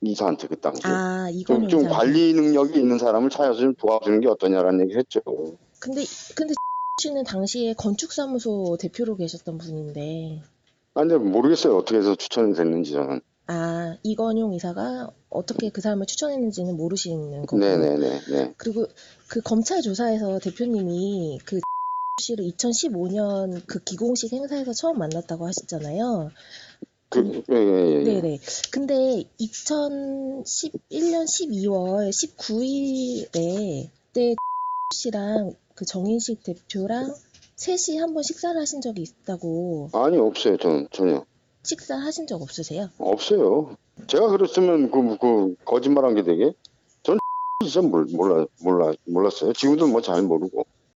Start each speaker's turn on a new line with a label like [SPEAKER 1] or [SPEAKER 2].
[SPEAKER 1] 이사한테 그 당시에.
[SPEAKER 2] 아,
[SPEAKER 1] 좀,
[SPEAKER 2] 이거는
[SPEAKER 1] 좀
[SPEAKER 2] 이상해.
[SPEAKER 1] 관리 능력이 있는 사람을 찾아서 좀 도와주는 게 어떠냐라는 얘기를 했죠.
[SPEAKER 2] 근데 근데 씨는 당시에 건축사무소 대표로 계셨던 분인데
[SPEAKER 1] 아, 근데 모르겠어요. 어떻게 해서 추천이 됐는지 저는.
[SPEAKER 2] 아, 이건용 이사가 어떻게 그 사람을 추천했는지는 모르시는 거고.
[SPEAKER 1] 네네네. 네.
[SPEAKER 2] 그리고 그 검찰 조사에서 대표님이 그 씨를 2015년 그 기공식 행사에서 처음 만났다고 하셨잖아요.
[SPEAKER 1] 그, 예, 예, 예.
[SPEAKER 2] 음. 네네. 근데 2011년 12월 19일에 그때 씨랑 그 정인식 대표랑 셋이 한번 식사를 하신 적이 있다고
[SPEAKER 1] 아니, 없어요. 저는 전혀.
[SPEAKER 2] 식사 하신 적 없으세요?
[SPEAKER 1] 없어요. 제가 그랬으면 그, 그 거짓말한 게 되게 전 진짜 몰, 몰라 몰라 몰랐어요. 지금도 뭐 잘 모르고